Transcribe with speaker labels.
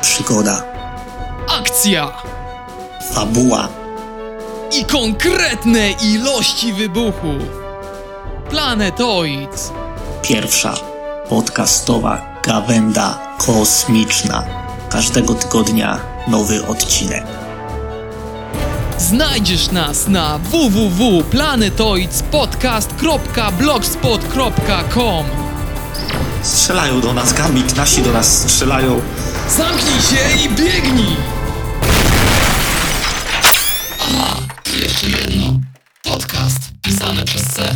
Speaker 1: przygoda,
Speaker 2: Akcja!
Speaker 1: fabuła,
Speaker 2: I konkretne ilości wybuchu! Planetoid!
Speaker 1: pierwsza, podcastowa gawenda kosmiczna. Każdego tygodnia nowy odcinek.
Speaker 2: Znajdziesz nas na www.planetoidspodcast.blogspot.com
Speaker 1: Strzelają do nas, Gambit, nasi do nas strzelają.
Speaker 2: Zamknij się i biegnij! Aha, tu jeszcze jedno. Podcast pisane przez C.